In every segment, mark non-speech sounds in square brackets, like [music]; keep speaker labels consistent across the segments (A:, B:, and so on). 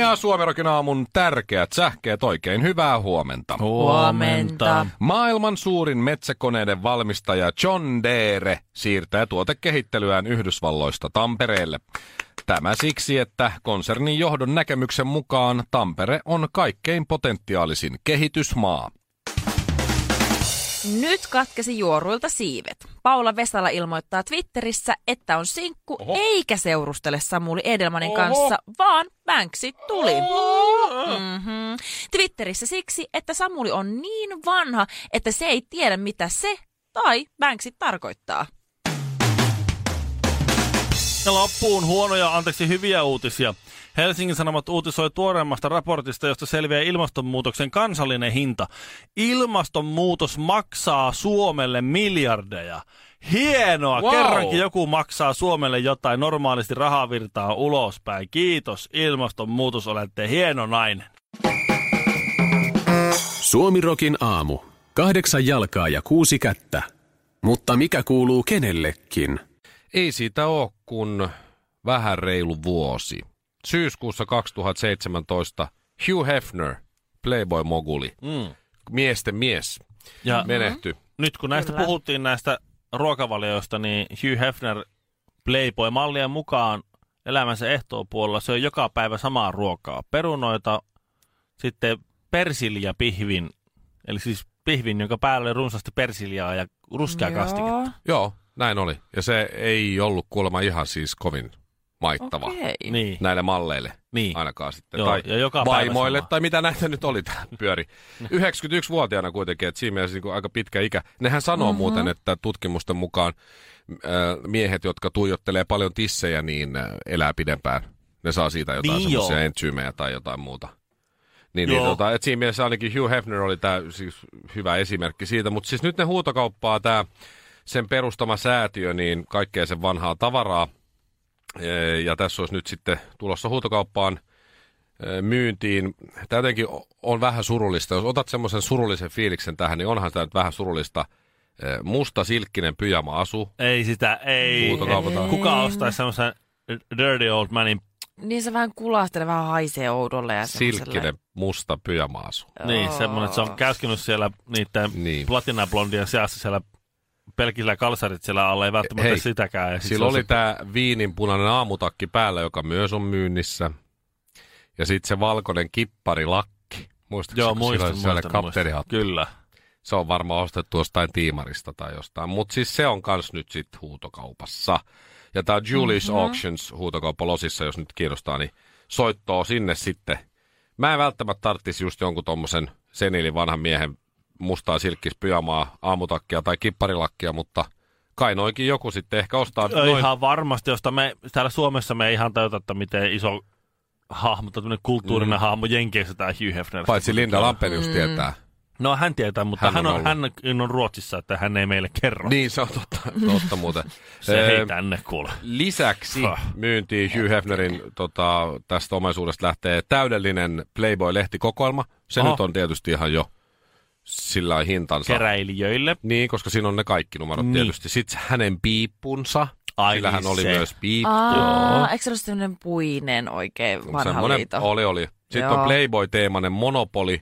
A: Ja Suomirokin aamun tärkeät sähkeet oikein hyvää huomenta.
B: Huomenta.
A: Maailman suurin metsäkoneiden valmistaja John Deere siirtää tuotekehittelyään Yhdysvalloista Tampereelle. Tämä siksi, että konsernin johdon näkemyksen mukaan Tampere on kaikkein potentiaalisin kehitysmaa.
B: Nyt katkesi juoruilta siivet. Paula Vesala ilmoittaa Twitterissä, että on sinkku
A: Oho.
B: Oho. eikä seurustele Samuli Edelmanin
A: Oho.
B: Oho. kanssa, vaan Banksi tuli. Mm-hmm. Twitterissä siksi, että Samuli on niin vanha, että se ei tiedä mitä se tai Banksi tarkoittaa.
C: Ja loppuun huonoja, anteeksi hyviä uutisia. Helsingin Sanomat uutisoi tuoreimmasta raportista, josta selviää ilmastonmuutoksen kansallinen hinta. Ilmastonmuutos maksaa Suomelle miljardeja. Hienoa!
A: Wow.
C: Wow. Kerrankin joku maksaa Suomelle jotain normaalisti rahavirtaa ulospäin. Kiitos ilmastonmuutos, olette hieno nainen.
D: Suomirokin aamu. Kahdeksan jalkaa ja kuusi kättä. Mutta mikä kuuluu kenellekin?
A: Ei siitä ole kun vähän reilu vuosi. Syyskuussa 2017 Hugh Hefner, Playboy-moguli,
C: Mm.
A: miesten mies,
C: Ja
A: menehtyi.
C: nyt kun näistä
B: Kyllä.
C: puhuttiin näistä ruokavalioista, niin Hugh Hefner Playboy mallien mukaan elämänsä ehtoopuolella syö joka päivä samaa ruokaa. Perunoita, sitten persilja pihvin, eli siis pihvin, jonka päällä oli runsaasti persiljaa ja ruskea kastiketta.
A: Joo, näin oli. Ja se ei ollut kuulemma ihan siis kovin maittava okay.
B: Okei. Okay.
C: Niin.
A: näille malleille
C: Niin.
A: ainakaan sitten.
C: Joo,
A: tai
C: ja joka päivä
A: vaimoille
C: sama.
A: tai mitä näitä nyt oli tää
C: [laughs]
A: pyöri. 91-vuotiaana kuitenkin, että siinä mielessä niin kuin aika pitkä ikä. Nehän sanoo mm-hmm. muuten, että tutkimusten mukaan äh, miehet, jotka tuijottelee paljon tissejä, niin äh, elää pidempään. Ne saa siitä jotain
C: Niin
A: semmoisia
C: joo.
A: entsyymejä tai jotain muuta. Niin, niin
C: Joo.
A: tota, et siinä mielessä ainakin Hugh Hefner oli tää, siis hyvä esimerkki siitä, mutta siis nyt ne huutokauppaa tämä sen perustama säätiö, niin kaikkea sen vanhaa tavaraa. Ee, Ja tässä olisi nyt sitten tulossa huutokauppaan ee, myyntiin. Tämä jotenkin o- on vähän surullista. Jos otat semmoisen surullisen fiiliksen tähän, niin onhan tämä nyt vähän surullista. Ee, Musta silkkinen pyjama-asu.
C: Ei sitä, ei.
A: Huutokaupataan.
C: Kuka ostaisi semmoisen dirty old manin?
B: Niin se vähän kulahtelee, vähän haisee oudolle. Ja semmoselle-
A: Silkkinen musta pyjama-asu.
C: Niin, semmoinen, että se on käskenyt siellä niiden
A: Niin.
C: niin. platinablondien seassa siellä pelkillä kalsarit siellä alla, ei välttämättä
A: Hei,
C: Hei, sitäkään. Ja sit
A: Sillä
C: se on
A: oli tämä viininpunainen aamutakki päällä, joka myös on myynnissä. Ja sitten se valkoinen kipparilakki. Muistatko,
C: Joo,
A: kun sillä
C: muistan,
A: oli sellainen
C: muistan, muistan.
A: kapteenihattu?
C: Kyllä.
A: Se on varmaan ostettu jostain tiimarista tai jostain. Mutta siis se on kans nyt sitten huutokaupassa. Ja tämä Julie's mm-hmm. Auctions huutokauppa Losissa, jos nyt kiinnostaa, niin soittoo sinne sitten. Mä en välttämättä tarttisi just jonkun tommosen senilin vanhan miehen mustaa silkkispyjamaa, aamutakkia tai kipparilakkia, mutta kai noikin joku sitten ehkä ostaa
C: Noin.
A: noin
C: Ihan varmasti, josta me täällä Suomessa me ei ihan tajuta, että miten iso hahmo, tai tämmöinen kulttuurinen mm. hahmo Jenkeissä tämä Hugh Hefner.
A: Paitsi Linda Lampenius mm. tietää.
C: No hän tietää, mutta
A: Hän
C: hän,
A: on
C: hän, on,
A: ollut.
C: hän on Ruotsissa, että hän ei meille kerro.
A: Niin, se on totta, totta muuten.
C: No. Se
A: Ee,
C: hei tänne kuule.
A: Lisäksi
C: Häh.
A: myyntiin Hugh Hefnerin tota, tästä omaisuudesta lähtee täydellinen Playboy-lehtikokoelma. Se
C: Oho.
A: nyt on tietysti ihan jo sillä lailla hintansa.
C: Keräilijöille.
A: Niin, koska siinä on ne kaikki numerot niin.
C: Niin.
A: tietysti. Sitten hänen piippunsa.
C: Ai
A: Sillä hän
C: niin
A: oli
C: se.
A: myös piippu.
B: Aa, eikö se ole semmoinen puinen oikein vanha
A: Semmonen-
B: liito?
A: Oli, oli. Sitten Joo. on
B: Joo.
A: Playboy-teemainen monopoli,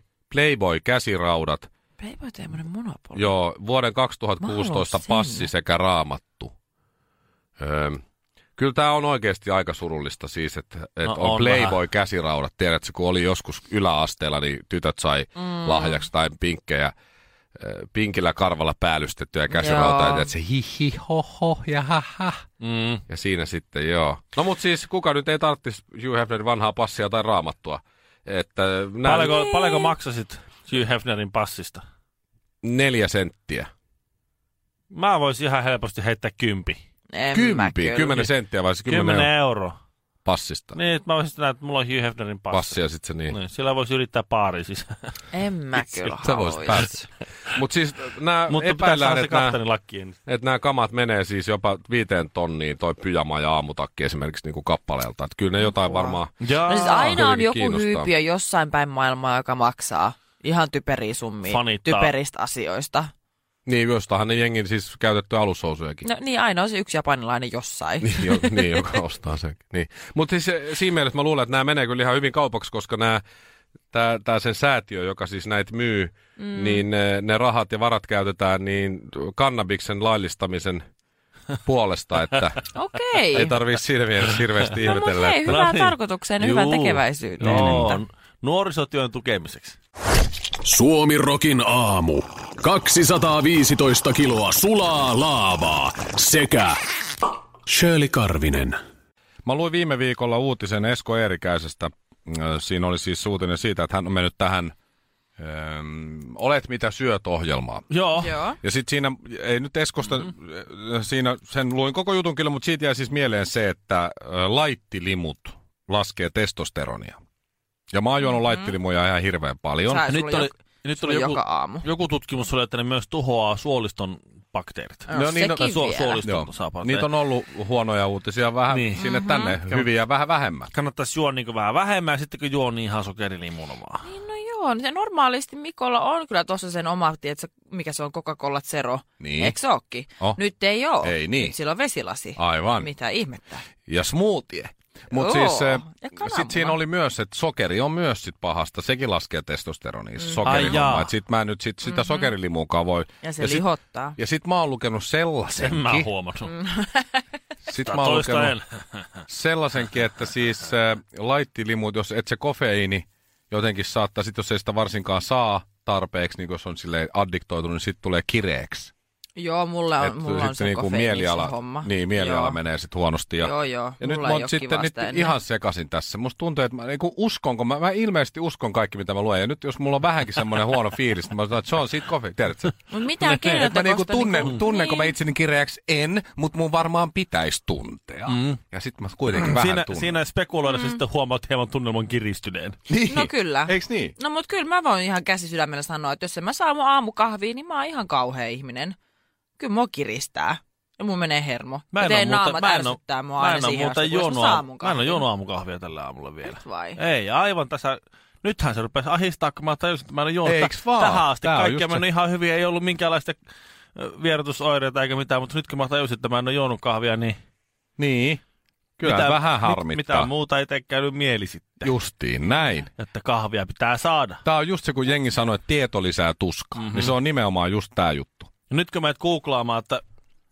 A: Playboy-käsiraudat,
B: Playboy tämmöinen monopoli.
A: Joo, vuoden
B: Mä haluan
A: 2016
B: sinne.
A: passi sekä raamattu. Öö, kyllä tämä on oikeasti aika surullista siis, että et
C: No,
A: on,
C: on
A: Playboy-käsiraudat. Tiedätkö, kun oli joskus yläasteella, niin tytöt sai
B: Mm-hmm.
A: mm. lahjaksi tai pinkkejä, ö, pinkillä karvalla päällystettyjä käsirautaa.
B: Joo.
A: Ja että se hi hi ho ho ja ha ha.
C: Mm.
A: Ja siinä sitten joo. No mut siis kuka nyt ei tarvitsisi Hugh Hefnerin vanhaa passia tai raamattua? Että nää-
C: Paljonko, paljonko maksasit Hugh Hefnerin passista?
A: neljä senttiä.
C: Mä voisin ihan helposti heittää kympi.
B: En mä
A: Kympi,
B: kyllä.
A: kymmenen senttiä vai se kymmenen
C: 10
A: euroa
C: euroa.
A: passista.
C: Niin, että mä voisin nähdä, että mulla on Hugh Hefnerin passi.
A: Passi ja sitten se niin.
C: Niin, No, sillä voisi yrittää baari sisään.
B: En mä kyllä
A: Sä voisit
B: haluaisi.
A: päästä. Mutta siis nämä
C: Mutta pitää
A: epäillään,
C: Niin. saada se
A: että nämä
C: kapteenin lakkiin.
A: että nämä kamat menee siis jopa viiteen tonniin, toi pyjama ja aamutakki esimerkiksi niin kuin kappaleelta. Että kyllä ne jotain varmaan...
C: Jaa,
B: No siis aina on
A: Hyvinkin
B: joku
A: kiinnostaa.
B: hyypiö jossain päin maailmaa, joka maksaa ihan typeriä summia,
C: Fanittaa.
B: typeristä asioista.
A: Niin, jostahan ne jengin siis käytetty alushousujakin.
B: No niin, aina on se yksi japanilainen
A: [laughs]
B: jossain.
A: Niin, jo, niin, joka ostaa sen. Niin. Mutta siis eh, siinä mielessä mä luulen, että nämä menee kyllä ihan hyvin kaupaksi, koska nämä, tää, tää sen säätiö, joka siis näitä myy, mm. niin ne, ne rahat ja varat käytetään niin kannabiksen laillistamisen puolesta, että
B: Okei.
A: ei tarvitse hirveästi
B: No mut
A: ihmetellä.
B: hei,
A: että-
C: No
B: hyvää
C: niin.
B: tarkoitukseen ja hyvää
C: Juu.
B: tekeväisyyteen.
C: Joo, nuorisotyön tukemiseksi.
D: Suomi Rokin aamu. 215 kiloa sulaa laavaa sekä Shirley Karvinen.
A: Mä luin viime viikolla uutisen Esko Eerikäisestä. Ö, Siinä oli siis uutinen siitä, että hän on mennyt tähän ö, Olet mitä syöt ohjelmaan.
C: Joo.
B: Joo.
A: Ja sitten siinä, ei nyt Eskosta, mm-hmm. siinä sen luin koko jutun kyllä, mutta siitä jäi siis mieleen se, että ö, laittilimut laskee testosteronia. Ja mä oon juonut mm-hmm. laittilimuja ihan hirveän paljon.
B: Sä-
C: Ja
B: Ai,
C: nyt
B: sulla
C: oli,
B: joka-
C: nyt
B: sulla
C: oli joku,
B: joka aamu.
C: joku tutkimus oli, että ne myös tuhoaa suoliston bakteerit.
B: No, sekin
C: tai
B: vielä.
C: suoliston
A: Joo.
C: saapaat.
A: Niitä on ollut huonoja uutisia vähän niin.
C: Niin.
A: sinne mm-hmm. tänne, hyviä vähän vähemmän.
C: Kannattaisi juoda niin vähän vähemmän ja sitten kun juo, niin ihan sokerilimuna vaan.
B: Niin, No joo, niin se normaalisti Mikolla on kyllä tuossa sen oma, tiedätkö, mikä se on Coca-Cola Zero.
A: Niin.
B: Eikö se ookin?
A: Oh.
B: Nyt ei oo.
A: Ei niin.
B: Nyt sillä on vesilasi.
A: Aivan.
B: Mitä ihmettä.
A: ja smoothie. Mutta
B: Joo,
A: siis eh,
B: ja kananmuna.
A: sit siinä oli myös, että sokeri on myös sit pahasta. Sekin laskee testosteronia, mm.
C: Ai jaa.
A: sokerihomma. Et sit mä en nyt sit sitä mm-hmm. sokerilimuukaan voi.
B: Mhm. Ja se
A: ja sit,
B: lihottaa.
A: ja sit mä oon lukenut
C: Sen
B: [laughs]
C: mä oon
A: sellaisenkin,
C: huomannut. Mm,
A: sit mä oon
C: Toista
A: lukenut
C: en.
A: sellaisenkin, että siis äh, laittilimut, jos et se kofeiini jotenkin saattaa, sit jos ei sitä varsinkaan saa tarpeeksi, niin jos on sille addiktoitunut, niin sit tulee kireeksi.
B: Joo, mulla on,
A: Et
B: mulla on se
A: niinku
B: kofeiini, se
A: mieliala,
B: homma.
A: Niin, mieliala
B: Joo.
A: menee sit huonosti. Ja,
B: Joo, joo.
A: Ja nyt
B: mulla
A: mä
B: ei
A: oon
B: oo
A: sitten
B: kivaa
A: nyt
B: sitä enää.
A: ihan sekasin tässä. Musta tuntuu, että mä niin uskonko, mä, mä ilmeisesti uskon kaikki, mitä mä luen. Ja nyt jos mulla on vähänkin semmoinen huono fiilis, niin mä sanon, että se on siitä kofi, tiedätkö?
B: Mut mitään
A: Et
B: keinotekosta
A: mä niinku tunnen,
B: niinku-
A: tunnenko
B: niin.
A: mä itseni kireäksi? En, mutta mun varmaan pitäisi tuntea. Mm. Ja sit mä kuitenkin vähän
C: Siinä,
A: tunnen.
C: siinä spekuloida mm. sitten huomaat hieman tunnelman kiristyneen.
A: Niin.
B: No kyllä.
A: Eiks niin?
B: No mut kyllä mä voin ihan käsi sydämellä sanoa, että jos en mä saa mun aamukahvia, niin mä oon ihan kauhea ihminen. Kyllä mua kiristää. Ja mun menee hermo.
C: Mä en oo
B: teen
C: muuta,
B: naamat
C: mä en oo,
B: ärsyttää mua
C: mä
B: aina
C: en oo
B: siihen,
C: muuta
B: asti, kunnes mä
C: juonut,
B: saan
C: aamu,
B: mun
C: mä en oo
B: kahvin.
C: juonut aamukahvia tällä aamulla vielä.
B: Nyt vai?
C: Ei, aivan tässä. Nythän se rupesi ahistaa, kun mä tajusin, että mä en ole juonut
A: Eiks
C: tä-
A: vaan?
C: tähän asti.
A: Tää on
C: Kaikki
A: just
C: on mennyt ihan hyvin, ei ollut minkäänlaista ö, vierotusoireita eikä mitään, mutta nyt kun mä tajusin, että mä en ole juonut kahvia, niin
A: Niin. Kyllä
C: mitä,
A: vähän
C: Mit,
A: harmittaa.
C: mitään muuta ei tee käynyt mieli sitten,
A: Justiin näin.
C: että kahvia pitää saada.
A: Tää on just se, kun jengi sanoi, että tieto lisää tuskaa.
C: Mhm.
A: Mm-hmm. Niin se on nimenomaan just tää juttu.
C: Ja nyt kun menet googlaamaan, että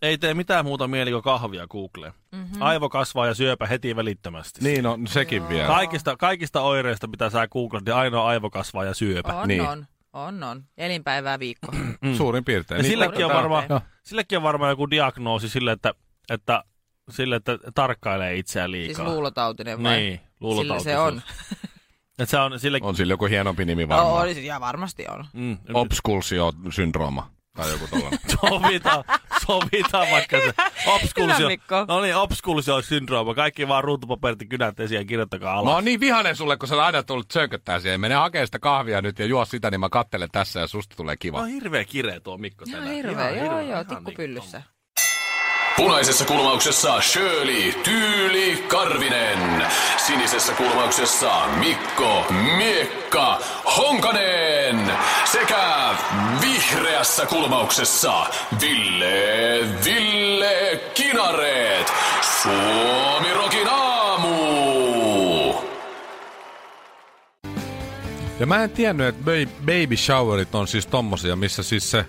C: ei tee mitään muuta mieli kuin kahvia Googleen.
B: Mhm.
C: Mm-hmm. Aivo kasvaa ja syöpä heti välittömästi.
A: Niin on, sekin Joo. vielä.
C: Kaikista, kaikista oireista, mitä sä googlat, niin ainoa aivokasvaja syöpä.
B: On,
A: Niin.
B: on. On, on. Elinpäivää viikko.
A: Mm. Suurin piirtein.
C: Ja
A: Niin,
C: silläkin on,
A: tää-
C: varmaan,
A: Joo.
C: silläkin on varmaan joku diagnoosi sille, että, että, sille, että tarkkailee itseään
B: siis
C: liikaa.
B: luulotautinen vai?
C: niin,
B: Sillä
C: luulotauti.
B: se on.
C: [laughs] Että se on sille...
A: On sillä joku hienompi nimi varmaan.
B: Oh, olisi, ja varmasti on.
C: Mm,
A: Obskulsio-syndrooma tai joku [laughs] tollainen.
B: [laughs]
C: sovitaan, sovitaan vaikka se. Obskulsio.
B: Hyvä, Mikko.
C: No niin, obskulsio syndrooma. Kaikki vaan ruutupaperit ja kynät esiin ja kirjoittakaa
A: Mä
C: alas.
A: oon niin vihanen sulle, kun sä oot aina tullut tsönköttää siihen. Mene hakee sitä kahvia nyt ja juo sitä, niin mä kattelen tässä ja susta tulee kiva.
C: No, on hirveä kireä tuo Mikko
B: Ihan
C: tänään.
B: hirveä,
C: Ihan
B: joo,
C: hirveä,
B: joo,
C: ihan
B: tikku
C: niinku
B: pyllyssä.
D: Punaisessa kulmauksessa Shirley Tyyli Karvinen. Sinisessä kulmauksessa Mikko Miekka Honkanen. Sekä vihreässä kulmauksessa Ville Ville Kinareet. Suomi Rokin aamu.
A: Ja mä en tiennyt, että ba- baby showerit on siis tommosia, missä siis se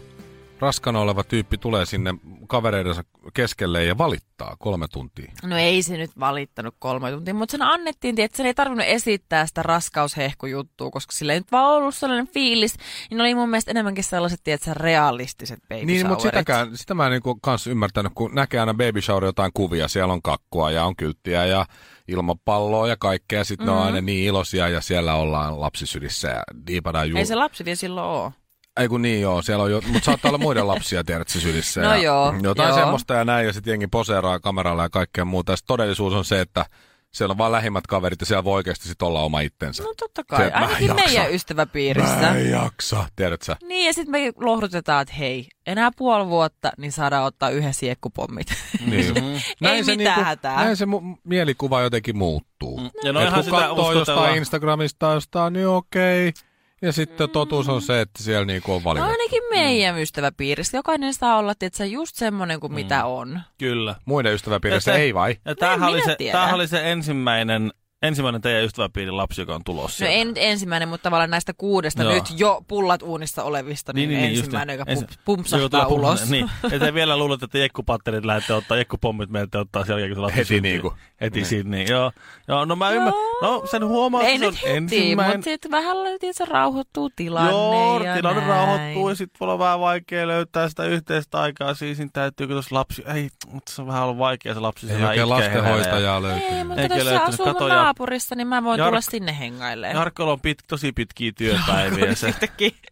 A: raskana oleva tyyppi tulee sinne kavereidensa keskelle ja valittaa kolme tuntia.
B: No ei se nyt valittanut kolme tuntia, mutta sen annettiin, että sen ei tarvinnut esittää sitä raskaushehkujuttua, koska sillä ei nyt vaan ollut sellainen fiilis, niin oli mun mielestä enemmänkin sellaiset, tiedätkö, realistiset baby
A: Niin, mutta
B: showerit.
A: sitäkään, sitä mä en niinku kans ymmärtänyt, kun näkee aina baby shower jotain kuvia, siellä on kakkua ja on kylttiä ja ilmapalloa ja kaikkea, sitten mm-hmm. ne on aina niin iloisia ja siellä ollaan lapsisydissä ja diipadaan juu.
B: Ei se lapsi vielä silloin ole.
A: Ei kun niin joo, siellä on jo, mutta saattaa olla muiden lapsia, tiedätkö, sylissä.
B: No
A: ja
B: joo,
A: Jotain
B: joo.
A: semmoista ja näin, ja sitten jengi poseeraa kameralla ja kaikkea muuta. Ja sit todellisuus on se, että siellä on vain lähimmät kaverit ja siellä voi oikeasti sit olla oma itsensä.
B: No totta
A: Se,
B: kai,
A: että mä en
B: ainakin
A: jaksa.
B: meidän ystäväpiirissä.
A: Mä en jaksa, tiedätkö sä?
B: Niin, ja sitten me lohdutetaan, että hei, enää puoli vuotta, niin saadaan ottaa yhden siekkupommit.
A: Niin.
B: [laughs] Mm. Ei mitään hätää.
A: Näin se mu- mielikuva jotenkin muuttuu. Mm.
C: Ja no
A: Et
C: ihan
A: kun
C: sitä
A: katsoo jostain
C: uskotellaan.
A: Instagramista jostain, niin okei. Ja sitten totuus on se, että siellä niinku on
B: Mm. No
A: valinta.
B: ainakin meidän ystäväpiirissä. Jokainen saa olla, että just semmoinen
A: Mm.
B: kuin mitä on.
C: Kyllä.
A: Muiden ystäväpiirissä
C: Ja se-
A: ei vai?
C: Ja
B: No minä
C: tämähän oli, se,
B: tiedä.
C: tämähän oli se ensimmäinen, ensimmäinen teidän ystäväpiirin lapsi, joka on tulossa.
B: No
C: sieltä.
B: ei nyt ensimmäinen, mutta tavallaan näistä kuudesta
C: Joo.
B: nyt jo pullat uunissa olevista, niin, niin, niin ensimmäinen,
C: just
B: joka
C: niin.
B: pum-
C: Ensi- Joo,
B: pumpsahtaa
C: tulee
B: Joo, ulos.
C: pumpsahtaa, Niin, ettei vielä luulet, että jekkupatterit lähdette ottaa, jekkupommit menette ottaa sen jälkeen, kun se lapsi
A: Heti
C: syntyy.
A: niinku.
C: Heti niin. siinä, niin joo. joo. no mä ymmärrän. No sen huomaa,
B: Ei
C: että se on
B: nyt heti,
C: ensimmäinen.
B: mutta sitten vähän löytyy, se rauhoittuu tilanne
C: Joo,
B: ja
C: tilanne
B: näin.
C: rauhoittuu ja sitten voi olla vähän vaikea löytää sitä yhteistä aikaa. Siis siinä täytyy, kun tuossa lapsi, ei, mutta se on vähän ollut vaikea se lapsi. se
A: Ei
C: vähän
A: oikein
C: itkee herää ja-
A: lastenhoitajaa löytyy.
B: Ei, mutta
C: Eikä
B: jos se
C: löytynyt.
B: asuu mun
C: Kato, Jark-
B: naapurissa, niin mä voin tulla
C: Jark-
B: sinne hengailemaan.
C: Jarkkola on pit, tosi pitkiä työpäiviä.
B: [laughs]
C: Se,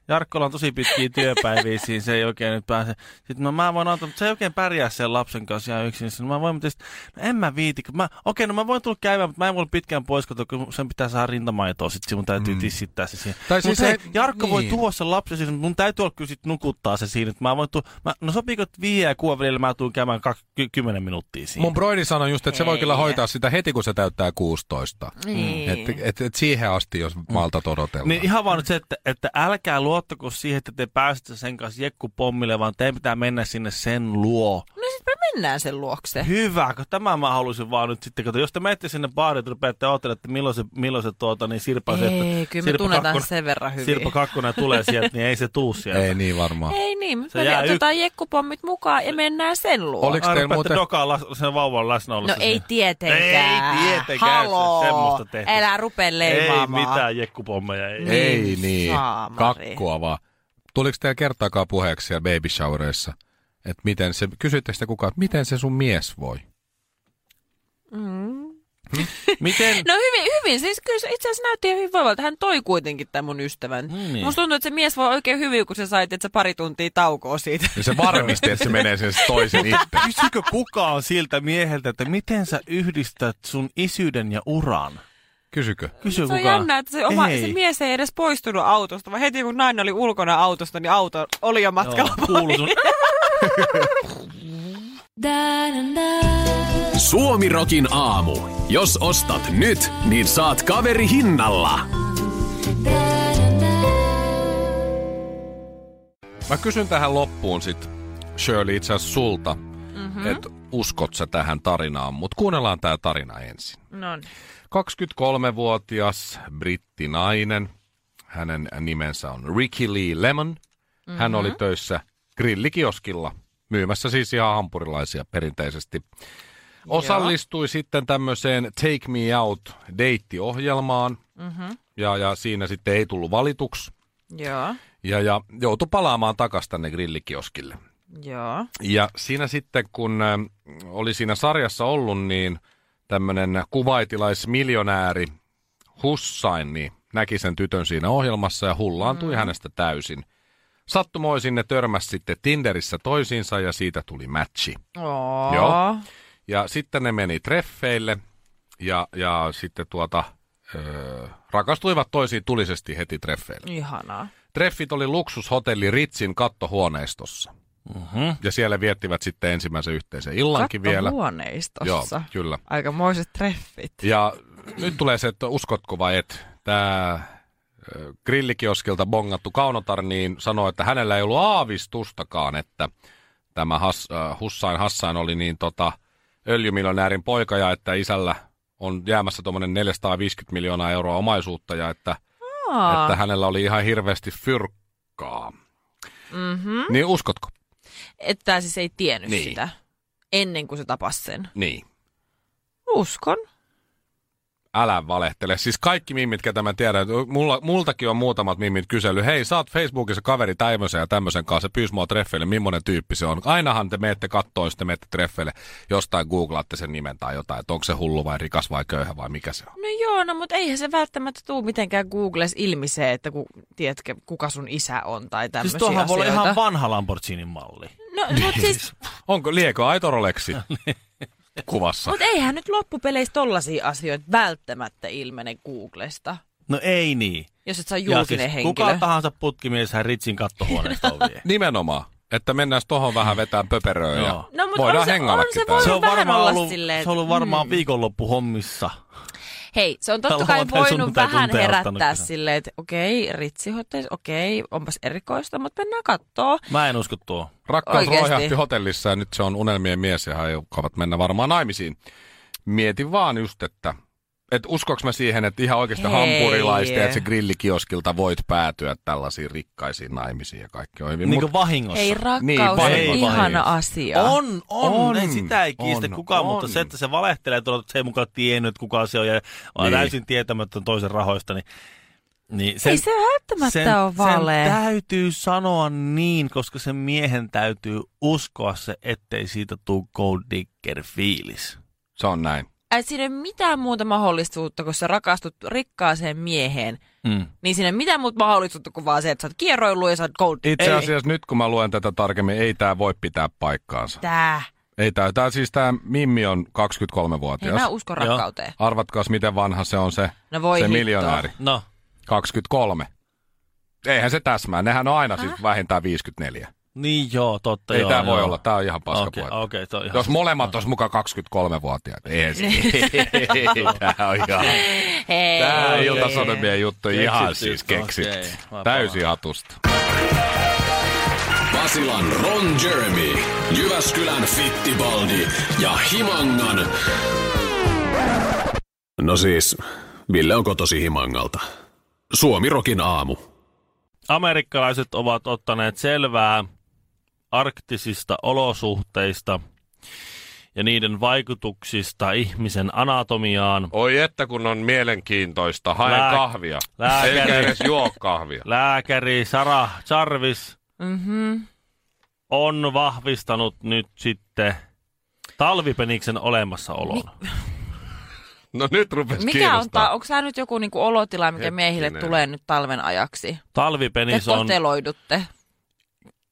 C: Jarkkola on tosi pitkiä työpäiviä, siinä se ei oikein nyt pääse. Sitten no, mä voin antaa, mutta se ei oikein pärjää sen lapsen kanssa ihan yksin. Sitten mä voin, mutta sit, no, en mä viiti. kun Mä, okei, no mä voin tulla käymään, mutta mä en voi olla pitkään pois, kotoa, kun sen pitää saada rintamaitoa. Sitten mun täytyy mm. tissittää se siihen.
A: Tai
C: Mut
A: siis
C: hei,
A: ei-
C: Jarkko voi
A: niin.
C: tuoda sen lapsen, siis mun täytyy olla kyllä sit nukuttaa se siinä. että Mä voin tulla, mä, no sopiiko, että viiden ja kuuden välillä mä tuun käymään kak- ky- kymmenen minuuttia siinä.
A: Mun broidi sanoi just, että se voi
B: Ei.
A: kyllä hoitaa sitä heti, kun se täyttää 16.
C: Mm,
B: Niin.
A: Et, et, et siihen asti, jos valta odotella.
C: Niin ihan vaan nyt se, että, että älkää luottako siihen, että te pääsette sen kanssa jekkupommille, vaan teidän pitää mennä sinne sen luo.
B: No sitten me mennään sen luokse.
C: Hyvä, kun tämä mä halusin vaan nyt sitten, kato, jos te menette sinne baariin, te rupeatte odottelemaan, että milloin se, milloin se tuota, niin Sirpa se, että
B: Ei, kyllä me
C: Sirpa
B: tunnetaan
C: Kakkonen-
B: sen verran hyvin.
C: Sirpa Kakkonen tulee sieltä, niin ei se
A: [laughs]
C: tuu sieltä.
A: Ei niin varmaan.
B: Ei niin, mutta
C: Se
B: me
C: jää yks-
B: otetaan jekkupommit mukaan ja mennään sen luo.
A: Oliko
C: Ai,
A: teillä
C: rupeatte
A: muuten-
C: dokaan las, sen vauvan läsnä
B: No
C: ollessa niin-
B: ei
C: siellä.
B: tietenkään.
C: Ei tietenkään,
B: Haloo.
C: se semmoista tehtäisi.
B: Älä rupea
C: Ei
B: leimaamaan.
C: mitään jekkupommeja, ei.
B: Niin.
A: [laughs] Ei niin,
B: saamari.
A: kakkua vaan. Tuliko teillä kertaakaan puheeksi siellä baby showereissa? Että miten se, kysyttekö sitä kukaan, että miten se sun mies voi?
C: Miten?
B: No hyvin, hyvin. Siis kyllä se itse asiassa näytti ihan hyvin voivalta. Hän toi kuitenkin tämän mun ystävän.
A: No
C: Niin.
B: Musta tuntuu, että se mies voi oikein hyvin, kun sä sait, että sä pari tuntia taukoa siitä.
A: Ja se varmisti, että se menee sen toisen itse.
C: Kysykö kukaan siltä mieheltä, että miten sä yhdistät sun isyyden ja uran?
A: Kysykö?
C: Kysy
B: Se on
C: kukaan.
B: jännä, että se, oma,
C: Ei.
B: se mies ei edes poistunut autosta, vaan heti kun nainen oli ulkona autosta, niin auto oli jo matkalla.
C: Joo, kuuluu
B: [laughs]
C: sun...
D: Suomirokin aamu. Jos ostat nyt, niin saat kaveri hinnalla.
A: Mä kysyn tähän loppuun sit, Shirley, itse asiassa sulta,
B: Mhm.
A: mm-hmm. että uskot sä tähän tarinaan, mutta kuunnellaan tää tarina ensin.
B: No
A: 23-vuotias brittinainen. Hänen nimensä on Ricky Lee Lemon. Mm-hmm. Hän oli töissä grillikioskilla myymässä siis ihan hampurilaisia perinteisesti. Osallistui sitten tämmöiseen Take Me Out deittiohjelmaan mm-hmm. ja, ja siinä sitten ei tullut valituksi
B: Joo,
A: ja, ja joutui palaamaan takaisin tänne grillikioskille.
B: joo.
A: Ja siinä sitten, kun ä, oli siinä sarjassa ollut, niin tämmöinen kuvaitilaismiljonääri Hussain niin näki sen tytön siinä ohjelmassa ja hullaantui mm. hänestä täysin. Sattumoisin ne törmäsi sitten Tinderissä toisiinsa ja siitä tuli matchi.
B: Oo.
A: Joo. Ja sitten ne meni treffeille ja, ja sitten tuota, ö, rakastuivat toisiin tulisesti heti treffeille.
B: Ihanaa.
A: Treffit oli luksushotelli Ritsin kattohuoneistossa.
C: Mhm.
A: Ja siellä viettivät sitten ensimmäisen yhteisen illankin vielä. Joo,
B: Kattohuoneistossa.
A: kyllä.
B: Aikamoiset treffit.
A: Ja nyt tulee se, että uskotko vai et. Tämä grillikioskilta bongattu Kaunotar niin sanoi, että hänellä ei ollut aavistustakaan, että tämä Has, äh, Hussain Hassain oli niin tota, öljymiljonäärin poika ja että isällä on jäämässä tuommoinen 450 miljoonaa euroa omaisuutta ja että, että hänellä oli ihan hirveästi fyrkkaa. Mm-hmm. Niin uskotko?
B: Että tää siis ei tiennyt
A: Niin.
B: niin. sitä ennen kuin se tapasi sen.
A: Niin.
B: Uskon.
A: Älä valehtele. Siis kaikki mimmit, ketä mä tiedän, mulla, multakin on muutamat mimmit kysely. Hei, sä oot Facebookissa kaveri tämmöisen ja tämmöisen kanssa, pyys mua treffeille, millainen tyyppi se on. Ainahan te meette kattoon, jos te meette treffeille, jostain googlaatte sen nimen tai jotain, että onko se hullu vai rikas vai köyhä vai mikä se on.
B: No joo, no mutta eihän se välttämättä tuu mitenkään Googles ilmi se, että ku, tiedätkö, kuka sun isä on tai
C: Siis
B: tämmöisiä
C: tuohan voi olla
B: asioita.
C: ihan Niin, vanha Lamborghinin malli.
B: No,
C: [laughs]
B: mutta siis,
A: Onko lieko aito Rolexi kuvassa?
B: mut eihän nyt loppupeleissä tollaisia asioita välttämättä ilmene Googlesta,
C: No ei niin.
B: jos et saa
C: Ja
B: julkinen
C: siis
B: henkilö.
C: kuka tahansa putkimies hän Ritsin kattohuoneesta on
B: [laughs]
C: vie.
A: Nimenomaan. Että mennään tohon vähän vetään pöperöä ja
C: Joo.
B: No, mut
A: voidaan
B: on se-
A: hengaillakin
B: on se
A: täällä.
B: voi-
C: Se on
B: vähän
C: varmaan
B: olla
C: ollut,
B: silleen, mm.
C: se on ollut varmaan viikonloppuhommissa.
B: Hei, se on totta kai
C: Lauantai,
B: voinut
C: sunnuntai
B: vähän
C: tunteja
B: herättää
C: ottanut kyllä.
B: silleen, että okei, ritsihotellis, okei, onpas erikoista, mutta mennään kattoo.
C: Mä en usko tuo.
A: Rakkaus
B: Oikeesti.
A: roihahti hotellissa ja nyt se on unelmien mies ja he aikovat mennä varmaan naimisiin. Mietin vaan just, että et uskoks mä siihen, että ihan oikeasti
B: Hei.
A: hampurilaista ja että se grillikioskilta voit päätyä tällaisiin rikkaisiin naimisiin ja kaikki on hyvin.
C: Niin
A: Niin
C: kuin vahingossa.
B: Hei,
A: Niin,
B: rakkaus on
C: vahingossa.
B: ihana
C: Vahingossa.
B: asia.
C: On,
A: On,
C: on, on, ei sitä ei kiistä
A: on,
C: kukaan,
A: on.
C: mutta se, että se valehtelee tuolla, että se ei mukaan tiennyt, kuka se on ja on
A: Niin.
C: täysin tietämätön toisen rahoista, niin, niin
B: Ei se välttämättä ole valee.
C: Sen täytyy sanoa niin, koska sen miehen täytyy uskoa se, ettei siitä tule gold digger fiilis.
A: se on näin.
B: Et Äh, siinä ei ole mitään muuta mahdollisuutta, kun sä rakastut rikkaaseen mieheen,
C: Mm.
B: niin siinä ei ole mitään muuta mahdollisuutta kuin vaan se, että sä oot kieroillut ja sä oot gold.
A: Itse
B: Ei.
A: asiassa nyt kun mä luen tätä tarkemmin, ei tämä voi pitää paikkaansa.
B: Tää.
A: Ei tää, tää siis tämä Mimmi on
B: Hei,
A: 23-vuotias.
B: mä uskon
C: Joo.
B: rakkauteen.
A: Arvatkaas miten vanha se on se,
B: No voi
A: se
B: hittoa.
A: miljonääri.
C: No,
A: 23. Eihän se täsmää. Nehän on aina siis vähintään 54.
C: niin joo, totta
A: Ei
C: joo.
A: tämä voi
C: joo.
A: olla. Tämä on ihan
C: Okei,
A: paskapuhetta.
C: okei, se on ihan...
A: Jos molemmat olisi muka 23-vuotiaat. Ei [laughs]
C: [laughs]
A: se. Tämä on ihan...
B: Hei.
A: Tämä iltasonomien juttu
C: Keksitty
A: ihan
C: juttu,
A: siis
C: okei.
A: keksitty.
C: Mä
A: Täysin hatusta.
D: Basilan Ron Jeremy, Jyväskylän Fittibaldi ja Himangan... No siis, Ville onko tosi Himangalta? Suomirokin aamu.
C: amerikkalaiset ovat ottaneet selvää arktisista olosuhteista ja niiden vaikutuksista ihmisen anatomiaan.
E: Oi että kun on mielenkiintoista. Hae
C: Lää-
E: kahvia.
C: lääkäri.
E: Eikä edes juo kahvia.
C: Lääkäri Sara Jarvis
B: Mm-hmm.
C: on vahvistanut nyt sitten talvipeniksen olemassaolon.
E: No nyt rupes
B: Mikä on, ta- [laughs]
E: kiinnostaa.
B: onko tämä nyt joku niinku olotila, mikä
E: Hetkinen.
B: miehille tulee nyt talven ajaksi? Te
C: Talvipenis Niin on
B: koteloidutte.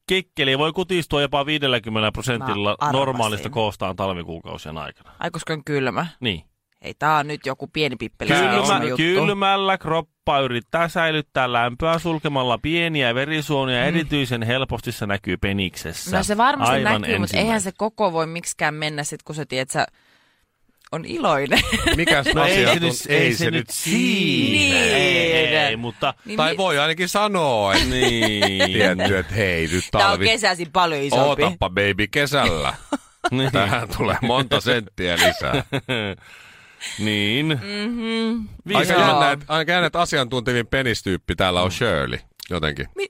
C: kikkeli, voi kutistua jopa 50
B: Mä
C: prosentilla
B: arvasin.
C: normaalista koostaan talvikuukausien aikana.
B: Ai, koska on kylmä.
C: Niin.
B: Ei, tää on nyt joku pieni pippeli.
E: Tää
C: Kylmä,
E: on
B: juttu.
C: kylmällä kroppa yrittää säilyttää lämpöä sulkemalla pieniä verisuonia. Mm. Erityisen helposti se näkyy peniksessä.
B: No se varmasti
C: Aivan
B: näkyy, mutta
C: ensimmäisenä.
B: eihän se koko voi miksikään mennä sit, kun se tiedät, sä on iloinen. [laughs]
A: Mikäs
C: No ei
A: asia
C: se nyt,
A: tunt-
C: ei se nyt siinä.
B: Niin.
C: Ei, ei, mutta...
B: Niin
A: Tai
B: mi-
A: voi ainakin sanoa, että [laughs]
C: Niin.
A: tietty, että hei, nyt
B: Tää on
A: talvi.
B: kesäisin paljon isompi. No,
A: Ootappa baby
C: [laughs]
A: kesällä.
C: Niin.
A: Tähän tulee monta senttiä lisää.
C: niin.
B: Mm-hmm.
A: Aika
B: Joo.
A: jännä, että, aika jännä, että asiantuntevin penistyyppi täällä on Shirley jotenkin.
B: Mm. Mi-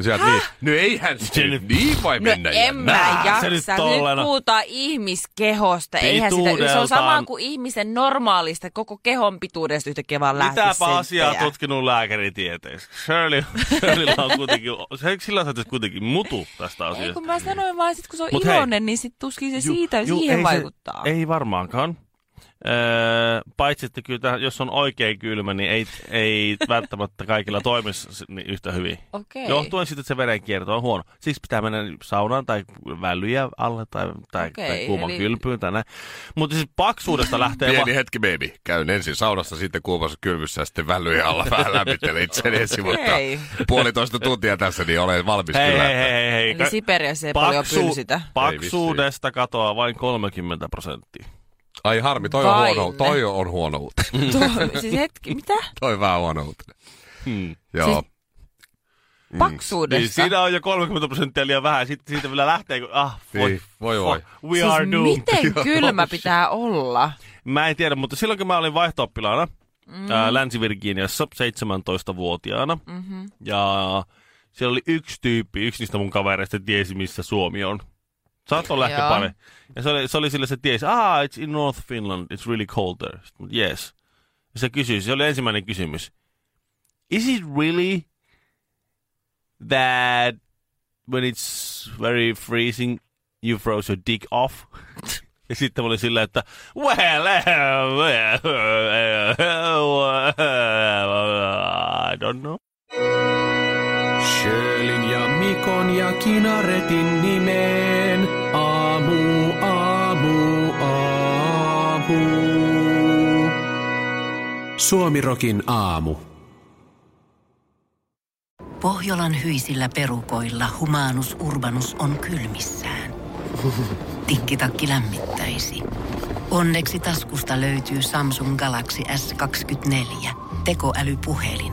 A: Sieltä niin. No eihän se nyt niin voi
B: No
A: mennä.
B: en
A: jännä.
B: mä
C: Nää,
B: jaksa.
C: se nyt
B: Nyt,
C: tollena.
B: puhutaan ihmiskehosta. Eihän sitä, se on
C: Pituudeltaan.
B: sama kuin ihmisen normaalista koko kehon pituudesta yhtäkkiä vaan lähtee
C: Mitäpä asiaa tutkinut lääkäritieteessä? Shirley, Shirleylla on kuitenkin, se- sillä saataisiin kuitenkin mutu tästä
B: Ei
C: asiasta.
B: kun mä sanoin vaan, sit, kun se on
C: Mut hei.
B: iloinen, niin sit tuskin se
C: Ju-
B: siitä
C: juu, ei
B: siihen
C: se-
B: vaikuttaa.
C: Ei varmaankaan. Öö, paitsi, että kyllä tää- jos on oikein kylmä, niin ei,
B: [laughs]
C: ei välttämättä kaikilla toimisi s- niin yhtä hyvin.
B: Okei.
C: Johtuen siitä, että se verenkierto on huono. Siksi pitää mennä saunaan tai välyjä alle tai, tai,
B: Okei,
C: tai kuuman
B: eli-
C: eli... kylpyyn tai näin. Mutta siis paksuudesta lähtee
A: Pieni hetki, baby. Käyn ensin saunassa, sitten kuumassa kylvyssä ja sitten vällyjen alla vähän lämmittelen itseäni ensin, mutta
B: Hei.
A: puolitoista tuntia tässä, niin olen valmis
C: Hei,
A: kyllä.
C: hei, hei, hei.
B: Eli Siperiassa ei paljon pylsitä.
C: Paksuudesta katoaa vain 30 prosenttia.
A: Ai harmi, toi
B: Vain.
A: on huono, toi on huono uutinen. [laughs]
C: Mm.
B: Tuo, siis hetki, mitä?
A: toi on vähän huono uutinen. Joo.
B: Siis- Paksuudesta.
C: Niin, siinä on jo 30 prosenttia liian vähän. Sitten siitä vielä lähtee, kun ah, voi,
A: Niin, voi voi.
C: fuck, we are doomed. [laughs]
B: Siis Miten kylmä pitää olla?
C: Mä en tiedä, mutta silloin kun mä olin vaihto-oppilaana mm. ää, Länsi-Virginiassa 17-vuotiaana, mm-hmm. ja siellä oli yksi tyyppi, yksi niistä mun kavereista tiesi, missä Suomi on. Saattoi lähteä
B: Joo.
C: pari. Ja se oli, se oli sillä se tiesi, ah, it's in North Finland, it's really cold there. Sitten, yes. Ja se kysyi, se oli ensimmäinen kysymys. Is it really that when it's very freezing, you froze your dick off? [laughs] ja sitten mä olin sillä, että well, eh, eh, I don't know.
D: Sjölin ja Mikon ja Kinaretin nimeen. Aamu, aamu, aamu. Suomirokin aamu.
F: Pohjolan hyisillä perukoilla humanus urbanus on kylmissään. Tikkitakki lämmittäisi. Onneksi taskusta löytyy Samsung Galaxy S24. Tekoälypuhelin.